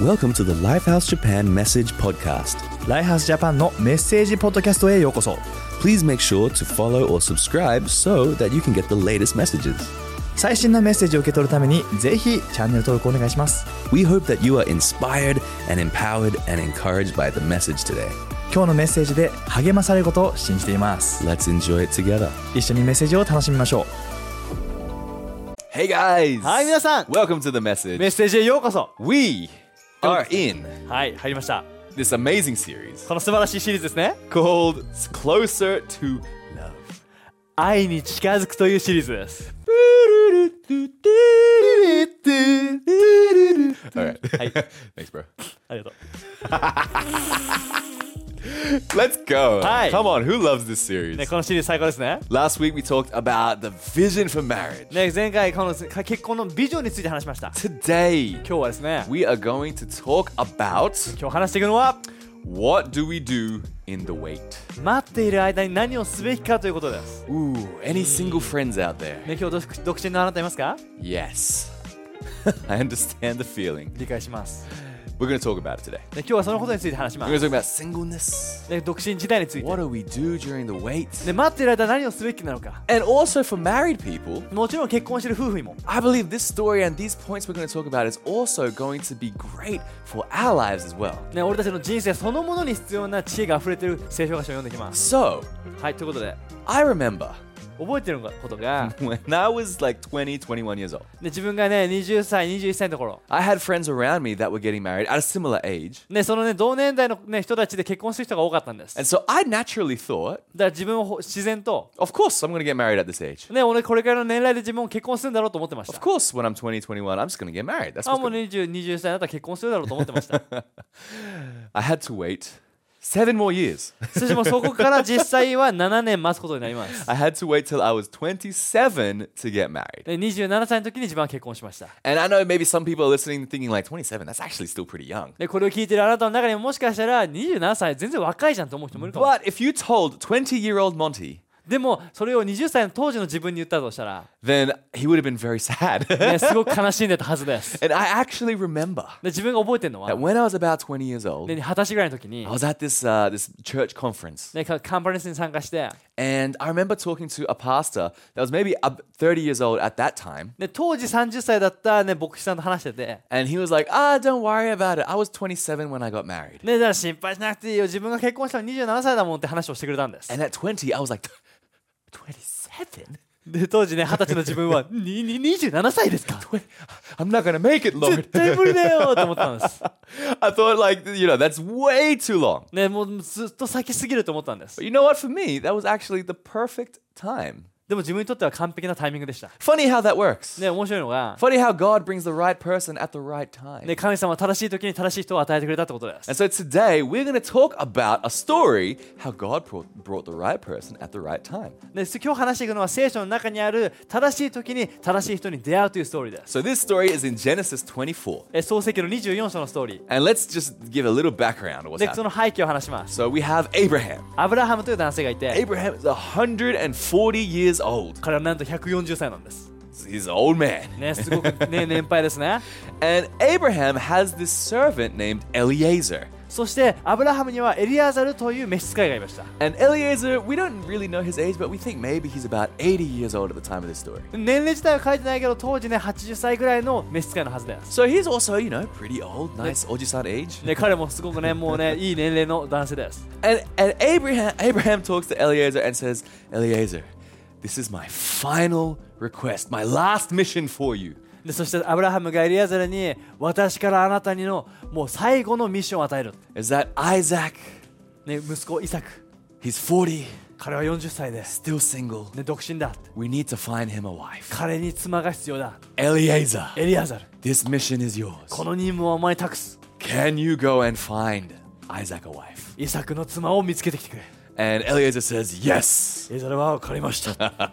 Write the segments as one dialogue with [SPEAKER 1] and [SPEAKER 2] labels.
[SPEAKER 1] Welcome to the Lifehouse Japan Message Podcast.
[SPEAKER 2] ライハースジャパンのメッセージポッドキャストへようこそ
[SPEAKER 1] Please make sure to follow or subscribe so that you can get the latest messages.
[SPEAKER 2] 最新のメッセージを受け取るためにぜひチャンネル登録お願いします
[SPEAKER 1] We hope that you are inspired and empowered and encouraged by the message today.
[SPEAKER 2] 今日のメッセージで励まされることを信じています
[SPEAKER 1] Let's enjoy it together.
[SPEAKER 2] 一緒にメッセージを楽しみましょ
[SPEAKER 1] Hey guys!
[SPEAKER 2] はい皆さん
[SPEAKER 1] Welcome to the
[SPEAKER 2] うメッ
[SPEAKER 1] message.
[SPEAKER 2] セージへようこそ
[SPEAKER 1] We are in
[SPEAKER 2] はい入りました
[SPEAKER 1] this amazing series
[SPEAKER 2] この素晴らしいシリーズですね
[SPEAKER 1] called Closer to Love.
[SPEAKER 2] 愛に近づくというシリーズです
[SPEAKER 1] All right. Thanks, bro.
[SPEAKER 2] ありがと
[SPEAKER 1] Let's go.
[SPEAKER 2] Hi.
[SPEAKER 1] Come on, who loves this series?
[SPEAKER 2] うねこのシリーズ最高ですね
[SPEAKER 1] Last week we talked about the vision for marriage.
[SPEAKER 2] ね前回この結婚のビジョンについて話しました
[SPEAKER 1] Today
[SPEAKER 2] 今日はですね
[SPEAKER 1] we are going to talk about
[SPEAKER 2] 今日話していくのは
[SPEAKER 1] what do we do in the wait.
[SPEAKER 2] 待っている間に何をすべきかということです、
[SPEAKER 1] Ooh, any single friends out there?
[SPEAKER 2] ね、今日独独身のあなたいますか
[SPEAKER 1] Yes. I understand the feeling.
[SPEAKER 2] 理解します、
[SPEAKER 1] We're going to talk about it today.
[SPEAKER 2] ね、今日はそのことについて話しま
[SPEAKER 1] We're
[SPEAKER 2] す
[SPEAKER 1] going to talk about singleness.
[SPEAKER 2] で独身時代について
[SPEAKER 1] What do we do during the wait?
[SPEAKER 2] で待っている間何をすべきなのか
[SPEAKER 1] And also for married people,
[SPEAKER 2] もちろん結婚してる夫婦にも
[SPEAKER 1] I believe this story and these points we're going to talk about is also going to be great for our lives as well.
[SPEAKER 2] ね俺たちの人生そのものに必要な知恵が溢れてる聖書箇所を読んでいきます
[SPEAKER 1] So,
[SPEAKER 2] はいということで
[SPEAKER 1] I remember
[SPEAKER 2] 覚えてることが
[SPEAKER 1] when I was like 20, 21 years old,
[SPEAKER 2] で自分がね20歳21歳のところ
[SPEAKER 1] I had friends around me that were getting married at a similar age.
[SPEAKER 2] ね、そのね同年代の、ね、人たちで結婚する人が多かったんです
[SPEAKER 1] And
[SPEAKER 2] だ
[SPEAKER 1] so
[SPEAKER 2] か
[SPEAKER 1] I naturally thought,
[SPEAKER 2] ら自分をほ自然と
[SPEAKER 1] of course, I'm going to get married at this age.
[SPEAKER 2] ね俺これからの年代で自分も結婚するんだろうと思ってました
[SPEAKER 1] Of course, when I'm 20, 21, I'm just going to get married. That's
[SPEAKER 2] あ
[SPEAKER 1] what's
[SPEAKER 2] もう
[SPEAKER 1] gonna...
[SPEAKER 2] 20, 20歳になったら結婚するだろうと思ってました
[SPEAKER 1] I had to wait seven more years.
[SPEAKER 2] そしてもうそこから実際は7年待つことになります
[SPEAKER 1] I had to wait till I was 27 to get married.
[SPEAKER 2] で27歳の時に自分は結婚しました
[SPEAKER 1] And I know maybe some people are listening thinking, like, 27, that's actually still pretty young.
[SPEAKER 2] でこれを聞いてるあなたの中にももしかしたら27歳全然若いじゃんと思う人もいるかも
[SPEAKER 1] But if you told 20 year old Monty,
[SPEAKER 2] でもそれを20歳の当時の自分に言ったとしたら、
[SPEAKER 1] then he would have been very sad.
[SPEAKER 2] ね、すごく悲しんでたはずですで
[SPEAKER 1] and I actually remember
[SPEAKER 2] 自分が覚えてるのは
[SPEAKER 1] that when I was about 20 years old,
[SPEAKER 2] で20歳ぐらいの時に
[SPEAKER 1] I、was at this uh, this church conference,
[SPEAKER 2] ね、カカンファレンスに参加して、
[SPEAKER 1] and I remember talking to a pastor that was maybe ab- 30 years old at that time,
[SPEAKER 2] ね、当時30歳だった、ね、牧師さんと話してて
[SPEAKER 1] and he was like, "Ah, don't worry about it. I was 27 when I got married,
[SPEAKER 2] ね、だから心配しなくていいよ自分が結婚したの27歳だもんって話をしてくれたんです
[SPEAKER 1] and at 20, I was like, 27."
[SPEAKER 2] で当時ね二十歳の自分 はにに27歳ですか
[SPEAKER 1] I'm not gonna make it,
[SPEAKER 2] 絶
[SPEAKER 1] Lord.
[SPEAKER 2] 対無理だよと思ったんです
[SPEAKER 1] I thought, like, you know, that's way too long.
[SPEAKER 2] ねもうずっと先すぎると思ったんです
[SPEAKER 1] But you know what? For me, that was actually the perfect time.
[SPEAKER 2] でも自分にとっては完璧なタイミングでした
[SPEAKER 1] Funny how that works.
[SPEAKER 2] ね面白いのが
[SPEAKER 1] Funny how God brings the right person at the right time.
[SPEAKER 2] ね神様は正しい時に正しい人を与えてくれたってことです
[SPEAKER 1] And so today we're going to talk about a story how God brought, brought the right person at the right time.
[SPEAKER 2] ね今日話していくのは聖書の中にある正しい時に正しい人に出会うというストーリーです
[SPEAKER 1] So this story is in Genesis 24.
[SPEAKER 2] え創世記の24章のストーリー
[SPEAKER 1] And let's just give a little background of what's
[SPEAKER 2] で
[SPEAKER 1] happening.
[SPEAKER 2] その背景を話します
[SPEAKER 1] So we have Abraham.
[SPEAKER 2] アブラハムという男性がいて
[SPEAKER 1] Abraham is 140 years old.
[SPEAKER 2] 彼はなんと140歳なんです。
[SPEAKER 1] He's an old man.
[SPEAKER 2] ね、すごく、ね、 年配ですね。
[SPEAKER 1] And Abraham has this servant named Eliezer.
[SPEAKER 2] そして、アブラハムにはエリアザルという召使いがいました。
[SPEAKER 1] And Eliezer, we don't really know his age, but we think maybe he's about 80 years old at the time of this story.
[SPEAKER 2] 年齢自体は書いてないけど当時ね80歳ぐらいの召使いのはずです、
[SPEAKER 1] So he's also, you know, pretty old, nice ojisan age.
[SPEAKER 2] ね、彼もすごくねもうねいい年齢の男性です
[SPEAKER 1] And, and Abraham, Abraham talks to Eliezer and says, Eliezer, this is my final request, my last mission for you.
[SPEAKER 2] でそしてアブラハムがエリアザルに私からあなたにのもう最後のミッションを与える、
[SPEAKER 1] Is that Isaac?
[SPEAKER 2] ね、息子イサク
[SPEAKER 1] He's 40,
[SPEAKER 2] 彼は40歳です、
[SPEAKER 1] still single.
[SPEAKER 2] ね、独身だ
[SPEAKER 1] We need to find him a wife.
[SPEAKER 2] 彼に妻が必要だ
[SPEAKER 1] Eliezer,
[SPEAKER 2] エリアザル
[SPEAKER 1] this mission is yours.
[SPEAKER 2] この任務をお前に託す
[SPEAKER 1] Can you go and find Isaac a wife?
[SPEAKER 2] イサクの妻を見つけてきてくれ
[SPEAKER 1] And Eliezer says, Yes.
[SPEAKER 2] エリザルは分かりました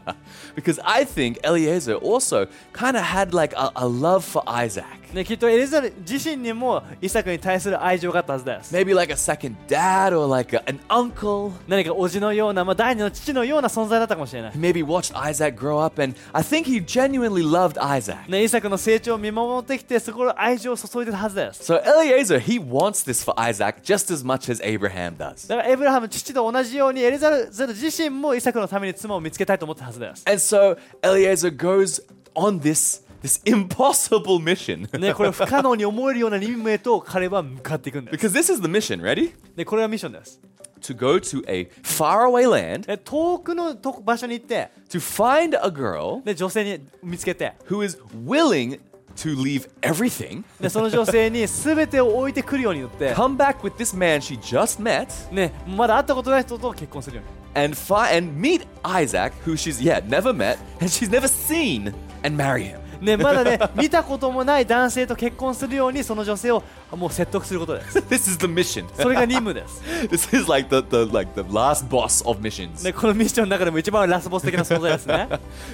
[SPEAKER 1] because I think Eliezer also kind of had like a, a love for Isaac. Isaac.
[SPEAKER 2] ね、きっとエリザベス自身にもイサクに対する愛情があったはずです。
[SPEAKER 1] Maybe like a second dad or like a, an uncle.
[SPEAKER 2] 何かおじのような、まあ、第二の父のような存在だったかもしれない
[SPEAKER 1] He。maybe watched Isaac grow up, and I think he genuinely loved Isaac.
[SPEAKER 2] ね、イサクの成長を見守ってきて、そこに愛情を注いでたはずです。
[SPEAKER 1] So Eliezer, he wants this for Isaac just as much as Abraham does.
[SPEAKER 2] だからエブラハム父と同じようにエリザベス自身もイサクのために妻を見つけたいと思ったはずです。
[SPEAKER 1] And so Eliezer goes on this this impossible mission.
[SPEAKER 2] ね、これを不可能に思えるような任務へと彼は向かっていくんです。
[SPEAKER 1] because this is the mission, ready?
[SPEAKER 2] で、これがミッションです。
[SPEAKER 1] To go to a faraway land
[SPEAKER 2] で遠くのとこ場所に行って、
[SPEAKER 1] to find a girl
[SPEAKER 2] で女性に見つけて、
[SPEAKER 1] who is willing to leave everything,
[SPEAKER 2] でその女性に全てを置いてくるように 言って、
[SPEAKER 1] come back with this man she just met,
[SPEAKER 2] ね、まだ会ったことない人と結婚するように。
[SPEAKER 1] and fi- and meet Isaac, who she's yeah never met and she's never seen, and marry him.
[SPEAKER 2] ね、まだね、見たこともない男性と結婚するように、その女性をもう説得することです。
[SPEAKER 1] this is the mission.
[SPEAKER 2] それが任 務です。
[SPEAKER 1] this is like the, the like the last boss of missions.
[SPEAKER 2] ね、このミッションの中でも一番ラスボス的な存在ですね。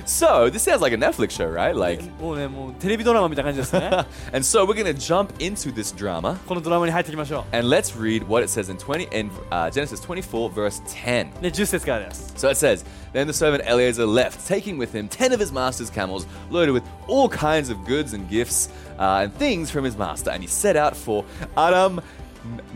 [SPEAKER 1] So this sounds like a Netflix show, right? Like,
[SPEAKER 2] もうね、もうテレビドラマみたいな感じですね。
[SPEAKER 1] and so we're gonna jump into this drama
[SPEAKER 2] このドラマに入っていきましょ
[SPEAKER 1] and let's read what it says in 20 in uh, Genesis 24 verse 10.
[SPEAKER 2] う。ね、10節からです。
[SPEAKER 1] So it says, Then the servant Eliezer left, taking with him ten of his master's camels, loaded with all kinds of goods and gifts uh, and things from his master, and he set out for Aram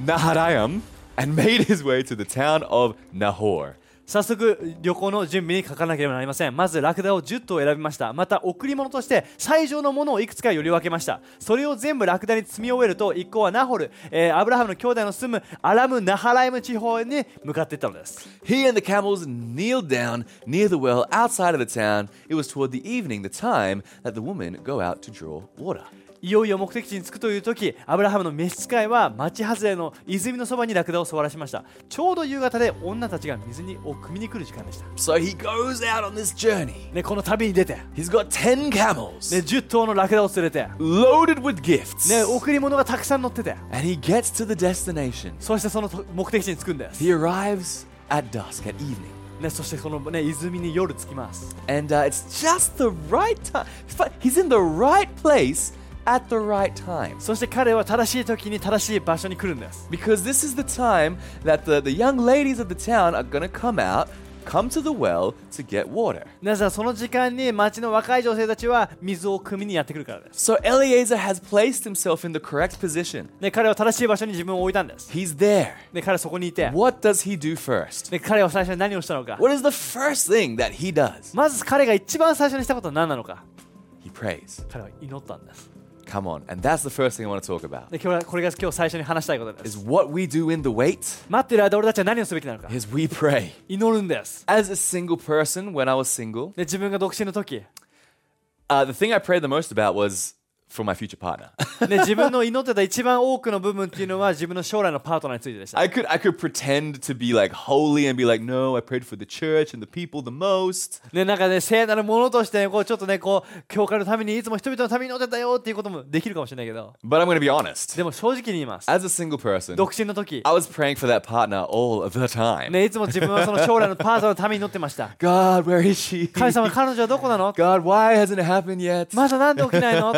[SPEAKER 1] Naharaim and made his way to the town of Nahor.
[SPEAKER 2] 早速、旅行の準備にかからなければなりません。まず、ラクダを10頭選びました。また、贈り物として、最上のものをいくつか寄り分けました。それを全部ラクダに積み終えると、一行はナホル、えーアブラハムの兄弟の住むアラム・ナハライム地方に向かっていったのです。
[SPEAKER 1] He and the camels kneeled down near the well outside of the town. It was toward the evening, the time that the women go out to draw water.
[SPEAKER 2] いよいよ目的地に着くという時アブラハムの召使いは町外れの泉のそばにラクダを座らしましたちょうど夕方で女たちが水にを汲みに来る時間でした、
[SPEAKER 1] So he goes out on this journey.
[SPEAKER 2] ね、この旅に出て、ね、
[SPEAKER 1] He's got 10 camels
[SPEAKER 2] 10頭のラクダを連れて、ね、
[SPEAKER 1] loaded with gifts.
[SPEAKER 2] 贈り物がたくさん乗ってて
[SPEAKER 1] And he gets to the destination.
[SPEAKER 2] そしてそのと目的地に着くんです、
[SPEAKER 1] He arrives at dusk, at evening.
[SPEAKER 2] ね、そしてこの、ね、泉に夜着きます、
[SPEAKER 1] And uh, it's just the right time. He's in the right place at the right time.
[SPEAKER 2] そして彼は正しい時に正しい場所に来るんです
[SPEAKER 1] Because this is the time that the, the young ladies of the town are going to come out, come to the well to get water.
[SPEAKER 2] なぜならその時間に町の若い女性たちは水を汲みにやってくるからです、
[SPEAKER 1] So Eliezer has placed himself in the correct position.
[SPEAKER 2] ね、彼は正しい場所に自分を置いたんです、
[SPEAKER 1] He's there.
[SPEAKER 2] ね、彼はそこにいて
[SPEAKER 1] What does he do first?
[SPEAKER 2] で彼は最初に何をしたのか
[SPEAKER 1] What is the first thing that he does?
[SPEAKER 2] まず彼が一番最初にしたことは何なのか
[SPEAKER 1] He prays.
[SPEAKER 2] 彼は祈ったんです
[SPEAKER 1] Come on. And that's the first thing I want to talk about.
[SPEAKER 2] で今日はこれが今日最初に話したいことで
[SPEAKER 1] Is
[SPEAKER 2] す
[SPEAKER 1] what we do in the wait
[SPEAKER 2] 待ってる間俺たちは何をすべきなのか
[SPEAKER 1] is we pray.
[SPEAKER 2] 祈るんです
[SPEAKER 1] As a single person, when I was single,
[SPEAKER 2] で自分が独身の時、
[SPEAKER 1] uh, the thing I prayed the most about was for my future partner.
[SPEAKER 2] ね、自分の祈ってた一番多くの部分っていうのは自分の将来のパートナーについてでした
[SPEAKER 1] I could I could pretend to be like holy and be like, no, I prayed for the church and the people the most.
[SPEAKER 2] ね、なんかね聖なるものとしてこうちょっとねこう教会のためにいつも人々のために祈ってたよっていうこともできるかもしれないけど
[SPEAKER 1] But I'm gonna be honest.
[SPEAKER 2] でも正直に言います
[SPEAKER 1] As a single person,
[SPEAKER 2] 独身の時
[SPEAKER 1] I was praying for that partner all of the time.
[SPEAKER 2] ねいつも自分はその将来のパートナーのために祈ってました
[SPEAKER 1] God, where is she?
[SPEAKER 2] 神様彼女はどこなの
[SPEAKER 1] God, why hasn't it happened yet?
[SPEAKER 2] まだなんで起きないの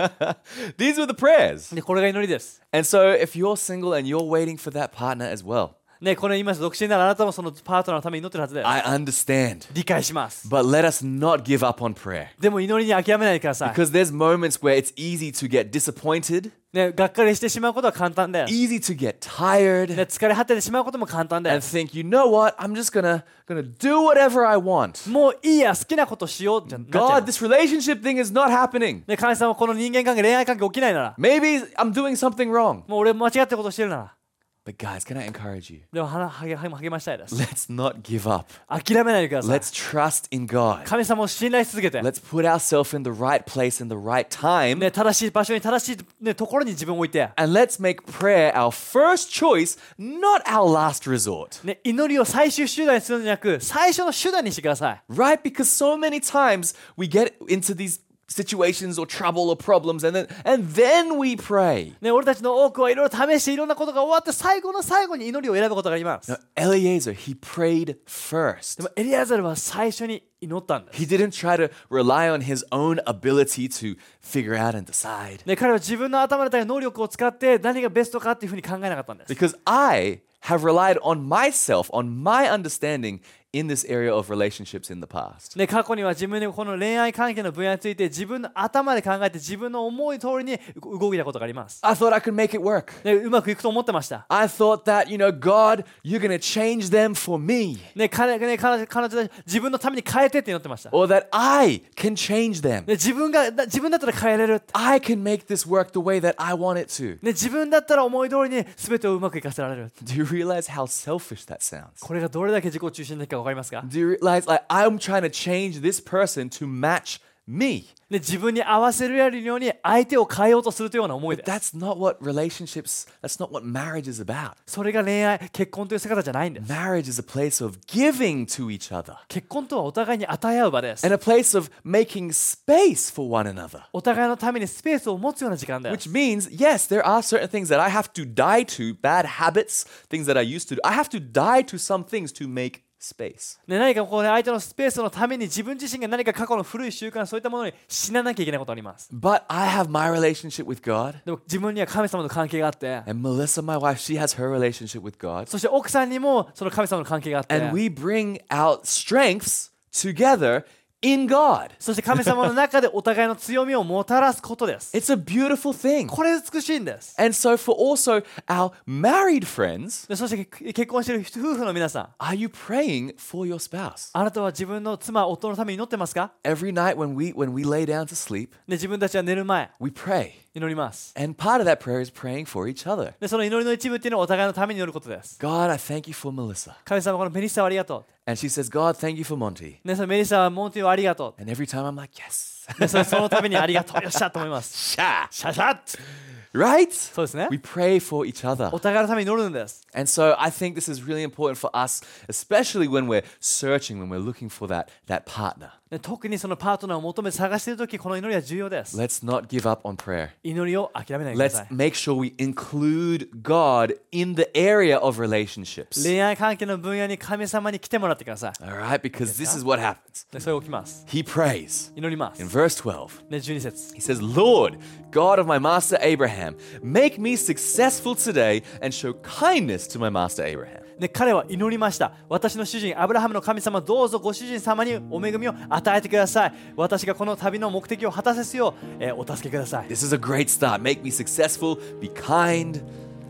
[SPEAKER 1] These were the prayers.
[SPEAKER 2] でこれが祈りです
[SPEAKER 1] And so if you're single and you're waiting for that partner as well,
[SPEAKER 2] ね、これ今独身ならあなたもそのパートナーのために祈ってるはずです。
[SPEAKER 1] I understand.
[SPEAKER 2] 理解します。
[SPEAKER 1] But let us not give up on prayer.
[SPEAKER 2] でも祈りに諦めないでください。
[SPEAKER 1] Because there's moments where it's easy to get disappointed,
[SPEAKER 2] ね、がっかりしてしまうことは簡単です。
[SPEAKER 1] easy to get
[SPEAKER 2] ね、
[SPEAKER 1] tired,
[SPEAKER 2] 疲れ果ててしまうことも簡単で
[SPEAKER 1] and
[SPEAKER 2] す。
[SPEAKER 1] think, you know what? I'm just gonna gonna do whatever I want.
[SPEAKER 2] もういいや、好きなことしようじゃなっちゃい
[SPEAKER 1] God,
[SPEAKER 2] ます
[SPEAKER 1] this relationship thing is not happening.
[SPEAKER 2] ね、神様、この人間関係、恋愛関係起きないなら、
[SPEAKER 1] Maybe I'm doing something wrong.
[SPEAKER 2] もう俺間違ったことしてるなら、
[SPEAKER 1] But guys, can I encourage you?
[SPEAKER 2] でもはな励励ましたいです。
[SPEAKER 1] Let's not give up.
[SPEAKER 2] 諦めないでください。
[SPEAKER 1] Let's trust in God.
[SPEAKER 2] 神様を信頼し続けて、
[SPEAKER 1] Let's put ourselves in the right place in the right time.
[SPEAKER 2] ね、正しい場所に正しい、ね、ところに自分を置いて、
[SPEAKER 1] And let's make prayer our first choice, not our last resort.
[SPEAKER 2] ね、祈りを最終手段にするのではなく、最初の手段にしてください。
[SPEAKER 1] Right? Because so many times we get into these situations or trouble or problems and then and then we pray.
[SPEAKER 2] ね、俺たちの多くはいろいろ試していろんなことが終わって最後の最後に祈りを選ぶことがあります。
[SPEAKER 1] Now, Eliezer, he prayed first.
[SPEAKER 2] でもエリアザルは最初に祈ったんです
[SPEAKER 1] He didn't try to rely on his own ability to figure out and decide.
[SPEAKER 2] で彼は自分の頭だったり能力を使って何がベストかっていうふうに考えなかったんです
[SPEAKER 1] Because I have relied on myself, on my understanding in this area of relationships in the past.
[SPEAKER 2] で過去には自分でこの恋愛関係の分野について自分の頭で考えて自分の思い通りに動いたことがあります
[SPEAKER 1] I thought I could make it work.
[SPEAKER 2] でうまくいくと思ってました
[SPEAKER 1] I thought that, you know, God, you're going to change them for me,
[SPEAKER 2] ね彼ね彼彼女たち自分のために変えてって祈ってましたで
[SPEAKER 1] or that I can change them.
[SPEAKER 2] 自分がだ自分だったら変えれるって
[SPEAKER 1] I can make this work the way that I want it to.
[SPEAKER 2] ね自分だったら思い通りに全てをうまくいかせられる
[SPEAKER 1] Do you realize how selfish that sounds?
[SPEAKER 2] これがどれだけ自己中心的か分かりますか、ね、
[SPEAKER 1] Do you realize, like, I'm trying to change this person to match me?
[SPEAKER 2] 自分に合わせられるように相手を変えようとするというような思いで
[SPEAKER 1] That's not what relationships, that's not what marriage is about.
[SPEAKER 2] それが恋愛結婚という姿じゃないんです
[SPEAKER 1] Marriage is a place of giving to each other
[SPEAKER 2] 結婚とはお互いに与え合う場です
[SPEAKER 1] and a place of making space for one another.
[SPEAKER 2] お互いのためにスペースを持つような時間だよ
[SPEAKER 1] Which means, yes, there are certain things that I have to die to, bad habits, things that I used to do. I have to die to some things to make space.
[SPEAKER 2] ね、何かこう、ね、相手のスペースのために自分自身が何か過去の古い習慣そういったものに死ななきゃいけないことあります
[SPEAKER 1] But I have my relationship with God,
[SPEAKER 2] でも自分には神様の関係があって
[SPEAKER 1] and Melissa, my wife, she has her relationship with God.
[SPEAKER 2] そして奥さんにもその神様の関係があって
[SPEAKER 1] And we bring our strengths together in God.
[SPEAKER 2] そして神様の中でお互いの強みをもたらすことです
[SPEAKER 1] It's a beautiful thing.
[SPEAKER 2] これ美しいんです
[SPEAKER 1] And so, for also our married friends,
[SPEAKER 2] でそしてけ結婚してる夫婦の皆さん
[SPEAKER 1] are you praying for your spouse?
[SPEAKER 2] あなたは自分の妻夫のために祈ってますか、
[SPEAKER 1] Every night when we when we lay down to sleep,
[SPEAKER 2] ね、自分たちは寝る前
[SPEAKER 1] we pray.
[SPEAKER 2] 祈ります
[SPEAKER 1] And part of that prayer is praying for each other.
[SPEAKER 2] でその祈りの一部っていうのはお互いのために祈ることです
[SPEAKER 1] God, I thank you for Melissa.
[SPEAKER 2] 神様このメリッサをありがと
[SPEAKER 1] And she says, God, thank you for Monty.
[SPEAKER 2] う、ね、そのメリッサはモンティをありがと
[SPEAKER 1] And every time I'm like, yes.
[SPEAKER 2] う、ね、それそのためにありがとうよっしゃと思います
[SPEAKER 1] Sha.
[SPEAKER 2] シャシャッ
[SPEAKER 1] Right?
[SPEAKER 2] そうですね
[SPEAKER 1] We pray for each other.
[SPEAKER 2] お互いのために祈るんです
[SPEAKER 1] And so I think this is really important for us, especially when we're searching, when we're looking for that, that partner.
[SPEAKER 2] で特にそのパートナーを求めて探している時この祈りは重要です
[SPEAKER 1] Let's not give up on prayer.
[SPEAKER 2] 祈りを諦めないでくだ
[SPEAKER 1] Let's
[SPEAKER 2] さい
[SPEAKER 1] make sure we include God in the area of relationships.
[SPEAKER 2] 恋愛関係の分野に神様に来てもらってください
[SPEAKER 1] All right? Because this is what happens.
[SPEAKER 2] でそれ起きます
[SPEAKER 1] He prays.
[SPEAKER 2] 祈ります
[SPEAKER 1] In verse 12,
[SPEAKER 2] で12節
[SPEAKER 1] he says, Lord, God of my master Abraham, make me successful today and show kindness to my master Abraham.
[SPEAKER 2] で彼は祈りました私の主人アブラハムの神様どうぞご主人様にお恵みを与えてください私がこの旅の目的を果たせすよう、えーお助けください
[SPEAKER 1] This is a great start. Make me successful, be kind.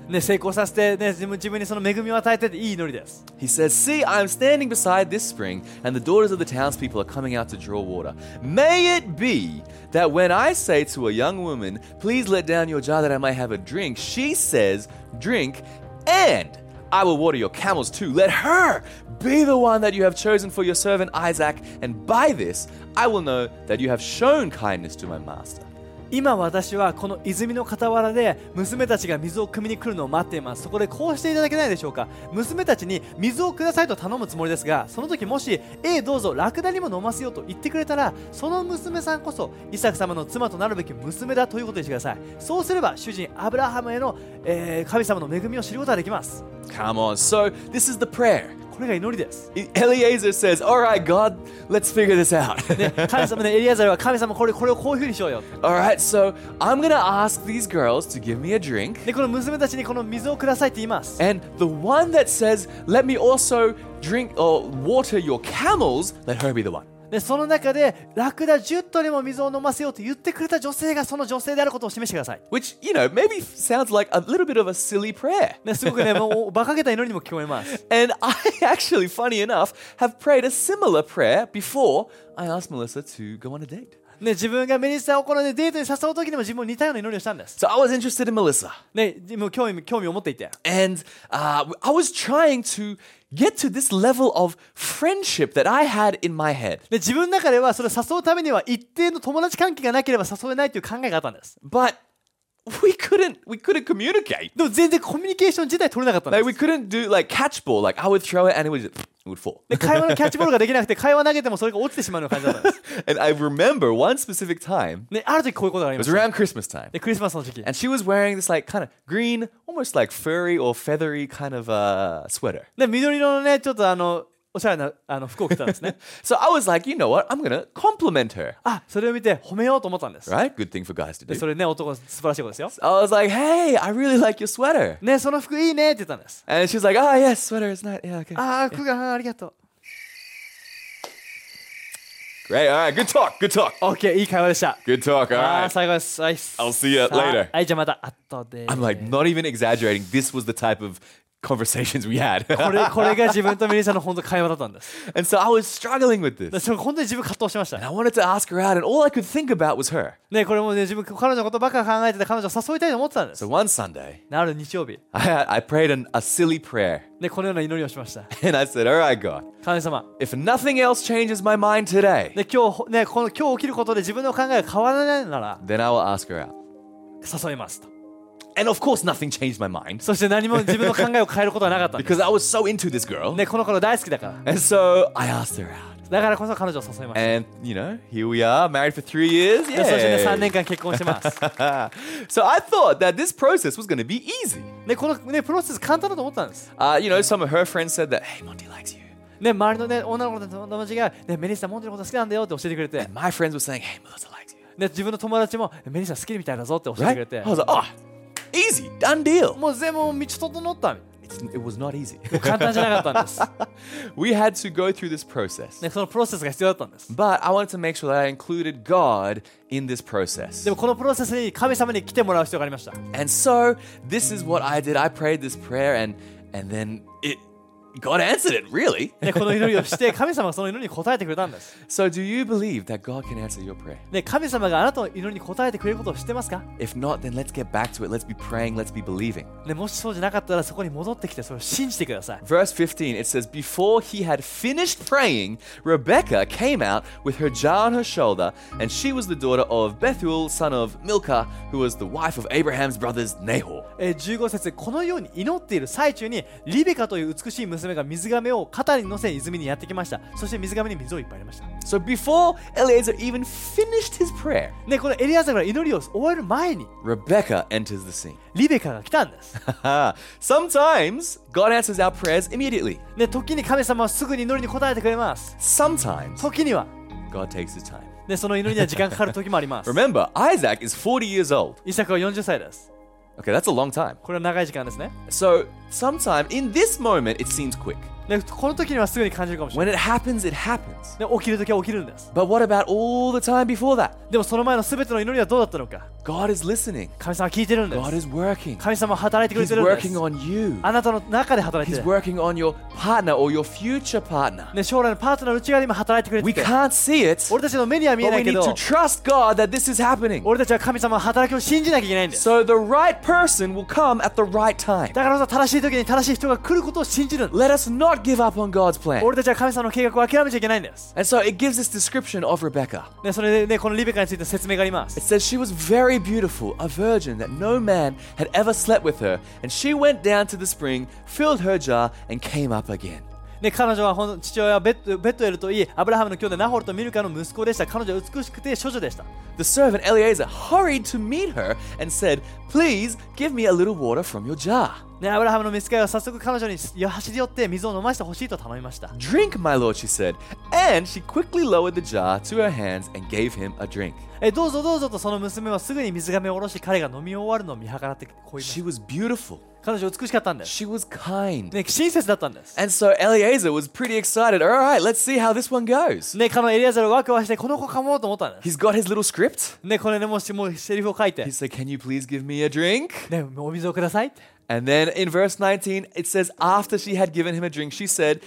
[SPEAKER 2] ね、成功させて、ね、自分自分にその恵みを与えてっていい祈りです
[SPEAKER 1] He says, See, I am standing beside this spring, and the daughters of the townspeople are coming out to draw water. May it be that when I say to a young woman, Please let down your jar that I may have a drink, she says, Drink, and I will water your camels too. Let her be the one that you have chosen for your servant Isaac, and by this I will know that you have shown kindness to my master.
[SPEAKER 2] 今私はこの泉の傍らで娘たちが水を汲みに来るのを待っていますそこでこうしていただけないでしょうか娘たちに水をくださいと頼むつもりですがその時もし「ええどうぞラクダにも飲ませよ」と言ってくれたらその娘さんこそイサク様の妻となるべき娘だということにしてくださいそうすれば主人アブラハムへの、えー神様の恵みを知ることができます
[SPEAKER 1] Come on. So, this is the prayer. E-,
[SPEAKER 2] これが祈りです、
[SPEAKER 1] Eliezer says, All right, God, let's figure this out.
[SPEAKER 2] ね、神様ねエリアザルは神様これこれをこういうふうにしようよ
[SPEAKER 1] All right, so I'm gonna ask these girls to give me a drink,
[SPEAKER 2] でこの娘たちにこの水をくださいって言います
[SPEAKER 1] and the one that says, "Let me also drink or water your camels," let her be the one.
[SPEAKER 2] でその中でラクダ10頭にも水を飲ませようと言ってくれた女性がその女性であることを示してください。
[SPEAKER 1] Which you know maybe sounds like a little bit of a silly prayer.
[SPEAKER 2] ね、すごくね、もう馬鹿げた祈りにも聞こえます。
[SPEAKER 1] And I actually, funny enough, have prayed a similar prayer before I asked Melissa to go on a date.
[SPEAKER 2] ね、自分がメリッサをこの、ね、デートに誘う時にも自分も似たような祈りをしたんです。
[SPEAKER 1] So I was interested in Melissa,
[SPEAKER 2] ね、もう興味興味を持っていて。
[SPEAKER 1] and uh, I was trying to get to this level of friendship that I had in my head.
[SPEAKER 2] で自分の中ではそれを誘うためには一定の友達関係がなければ誘えないという考えがあったんです。
[SPEAKER 1] but we couldn't we couldn't communicate
[SPEAKER 2] でも全然コミュニケーション自体取れなかったんで
[SPEAKER 1] like
[SPEAKER 2] す。
[SPEAKER 1] we couldn't do like catch ball like i would throw it and it would just, it would fall
[SPEAKER 2] で 会話のキャッチボールができなくて会話投げてもそれが落ちてしまうような感じだったんです。
[SPEAKER 1] and i remember one specific time
[SPEAKER 2] ね、ある時こういうことがあり
[SPEAKER 1] it
[SPEAKER 2] ま
[SPEAKER 1] was
[SPEAKER 2] した。
[SPEAKER 1] around christmas time
[SPEAKER 2] でクリスマスの時期。
[SPEAKER 1] and she was wearing this like kind of green almost like furry or feathery kind of uh, sweater
[SPEAKER 2] で緑色のねちょっとあのおしゃれなあの服を着てたんですね
[SPEAKER 1] So I was like, you know what? I'm gonna compliment her.
[SPEAKER 2] あそれを見て褒めようと思ったんです、
[SPEAKER 1] Right? Good thing for guys to
[SPEAKER 2] で
[SPEAKER 1] do.
[SPEAKER 2] それね男素晴らしいことですよ
[SPEAKER 1] I was like, hey, I really like your sweater.
[SPEAKER 2] ねその服いいねって言ったんです
[SPEAKER 1] And she was like, oh yeah, sweater is nice. Yeah, okay.
[SPEAKER 2] ああ服があーありがとう
[SPEAKER 1] Great. All right. Good talk. Good talk.
[SPEAKER 2] OK いい会話でした
[SPEAKER 1] Good talk. All
[SPEAKER 2] ああ
[SPEAKER 1] right.
[SPEAKER 2] 最後ですはい I'll
[SPEAKER 1] see you later.
[SPEAKER 2] はいじゃあまた後で
[SPEAKER 1] I'm like not even exaggerating. This was the type of conversations we had.
[SPEAKER 2] これこれが自分とミリーさんの本当会話だったんです
[SPEAKER 1] and so I was struggling with this.
[SPEAKER 2] でそれ本当に自分葛藤しました
[SPEAKER 1] And I wanted to ask her out, and all I could think about was her.
[SPEAKER 2] ねこれもね自分彼女のことばっか考えてて彼女を誘いたいと思ってたんです
[SPEAKER 1] So one Sunday,
[SPEAKER 2] なる日曜日
[SPEAKER 1] I, had, I prayed an, a silly prayer.
[SPEAKER 2] でこのような祈りをしました
[SPEAKER 1] And I said, All right, God,
[SPEAKER 2] 神様
[SPEAKER 1] if nothing else changes my mind today,
[SPEAKER 2] で今日ねこの今日起きることで自分の考えが変わらないなら
[SPEAKER 1] then I will ask her out.
[SPEAKER 2] 誘いますと
[SPEAKER 1] And of course, nothing changed my mind
[SPEAKER 2] そして何も自分の考えを変えることはなかったん です
[SPEAKER 1] because I was so into this girl.
[SPEAKER 2] ねこの頃大好きだから
[SPEAKER 1] And so I asked her out.
[SPEAKER 2] だからこそ彼女を誘いました
[SPEAKER 1] And, you know, here we are, married for three years.
[SPEAKER 2] でそしてね3
[SPEAKER 1] Yay.
[SPEAKER 2] 年間結婚してます
[SPEAKER 1] so I thought that this process was going to be easy.
[SPEAKER 2] ねこのねプロセス簡単だと思ったんです
[SPEAKER 1] Uh, you know, some of her friends said that, hey, Monty likes you.
[SPEAKER 2] ね周りのね女の子の友達が、ね、メリッサモンテのこと好きなんだよって教えてくれて
[SPEAKER 1] And my friends were saying, hey, Melissa likes you.
[SPEAKER 2] で自分の友達もメリッサ好きみたいだぞって教えてくれ
[SPEAKER 1] Right?
[SPEAKER 2] て
[SPEAKER 1] I was like, oh, easy, done deal.
[SPEAKER 2] もう全部道整った
[SPEAKER 1] It's, it was not easy.
[SPEAKER 2] 簡単じゃなかったんです
[SPEAKER 1] we had to go through this process.
[SPEAKER 2] ねそのプロセスが必要だったんです
[SPEAKER 1] But I wanted to make sure that I included God in this process.
[SPEAKER 2] でもこのプロセスに神様に来てもらう必要がありました
[SPEAKER 1] And so this is what I did. I prayed this prayer and and then it God answered it, really.
[SPEAKER 2] でこの祈りをして神様がその祈りに応えてくれたんです
[SPEAKER 1] So do you believe that God can answer your prayer?
[SPEAKER 2] ね神様があなたの祈りに応えてくれることを知ってますか
[SPEAKER 1] If not, then let's get back to it. Let's be praying, let's be believing.
[SPEAKER 2] ねもしそうじゃなかったらそこに戻ってきてそれを信じてください
[SPEAKER 1] Verse 15 it says before he had finished praying, Rebecca came out with her jar on her shoulder, and she was the daughter of Bethuel, son of Milcah, who was the wife of Abraham's brothers Nahor.
[SPEAKER 2] えー15節このように祈っている最中にリベカという美しい娘が水がめを肩に乗せ泉にやってきましたそして水がめに水をいっぱい入れました
[SPEAKER 1] So before Eliezer even finished his prayer,
[SPEAKER 2] ねこのエリアザが祈りを終える前に
[SPEAKER 1] Rebecca enters the scene.
[SPEAKER 2] リベカが来たんです
[SPEAKER 1] Ah, Sometimes God answers our prayers immediately.
[SPEAKER 2] ね時に神様はすぐに祈りに応えてくれます
[SPEAKER 1] Sometimes
[SPEAKER 2] 時には
[SPEAKER 1] God takes his time.
[SPEAKER 2] ねその祈りには時間かかる時もあります
[SPEAKER 1] Remember, Isaac is 40 years old.
[SPEAKER 2] イサクは40歳です。
[SPEAKER 1] Okay, that's a long time.
[SPEAKER 2] これは長い時間ですね。
[SPEAKER 1] So, sometime in this moment, it seems quick.
[SPEAKER 2] でこの時にはすぐに感じるかもしれ
[SPEAKER 1] When it happens, it happens.
[SPEAKER 2] ない。で起きる時は起きるんです。
[SPEAKER 1] But what about all the time before that?
[SPEAKER 2] でもその前の全ての祈りはどうだったのか。
[SPEAKER 1] God is listening,
[SPEAKER 2] 神様は聞いてるんで
[SPEAKER 1] God
[SPEAKER 2] す。
[SPEAKER 1] is working.
[SPEAKER 2] 神様は働いてくれ
[SPEAKER 1] He's
[SPEAKER 2] てるんです
[SPEAKER 1] working。on you,
[SPEAKER 2] あなたの中で働い
[SPEAKER 1] He's
[SPEAKER 2] てる。
[SPEAKER 1] working on your partner or your future partner.
[SPEAKER 2] ね、将来のパートナーの内側で今働いてくれ
[SPEAKER 1] We
[SPEAKER 2] てて。
[SPEAKER 1] can't see it,
[SPEAKER 2] 俺たちの目には見え
[SPEAKER 1] but
[SPEAKER 2] な
[SPEAKER 1] we
[SPEAKER 2] いけ
[SPEAKER 1] need to
[SPEAKER 2] ど、
[SPEAKER 1] trust God that this is happening.
[SPEAKER 2] 俺たちは神様の働きを信じなきゃいけないんです。
[SPEAKER 1] So the right person will come at the right time.
[SPEAKER 2] だからこそ正しい時に正しい人が来ることを信じるんです。
[SPEAKER 1] Let us not give up on God's plan.
[SPEAKER 2] 俺たちは神様の計画を諦めちゃいけないんです。
[SPEAKER 1] And so it gives this description of Rebecca.
[SPEAKER 2] ね、それでね、このリベカについて説明がありま
[SPEAKER 1] It
[SPEAKER 2] す。
[SPEAKER 1] says she was very beautiful, a virgin that no man had ever slept with her, and she went down to the spring, filled her jar, and came up again.
[SPEAKER 2] ね、彼女はほん父親はベッベッドエルといい、アブラハムの兄弟ナホルとミルカの息子でした。彼女は美しくて処女でした。
[SPEAKER 1] The servant Eliezer hurried to meet her and said, Please give me a little water from your jar.
[SPEAKER 2] ね、アブラハムの召使いは早速彼女に走り寄って水を飲ませてほしいと頼みました。
[SPEAKER 1] Drink, my lord, she said. And she quickly lowered the jar to her hands and gave him a drink.
[SPEAKER 2] えどうぞどうぞとその娘はすぐに水がめを下ろし彼が飲み終わるのを見計らってこう言いまし
[SPEAKER 1] She was beautiful.
[SPEAKER 2] た彼女美しかったんです、
[SPEAKER 1] She was kind.
[SPEAKER 2] ね、親切だったんです、
[SPEAKER 1] And so Eliezer was pretty excited. All right, let's see how this one goes.
[SPEAKER 2] ね、彼のエリアザルをワクワクしてこの子かもと思ったんです、
[SPEAKER 1] He's got his little script.
[SPEAKER 2] ね、これねもうしもうセリフを書いて
[SPEAKER 1] He、said, Can you please give me a drink?
[SPEAKER 2] ね、お水をくださいって
[SPEAKER 1] And then in verse 19, it says, After she had given him a drink, she said,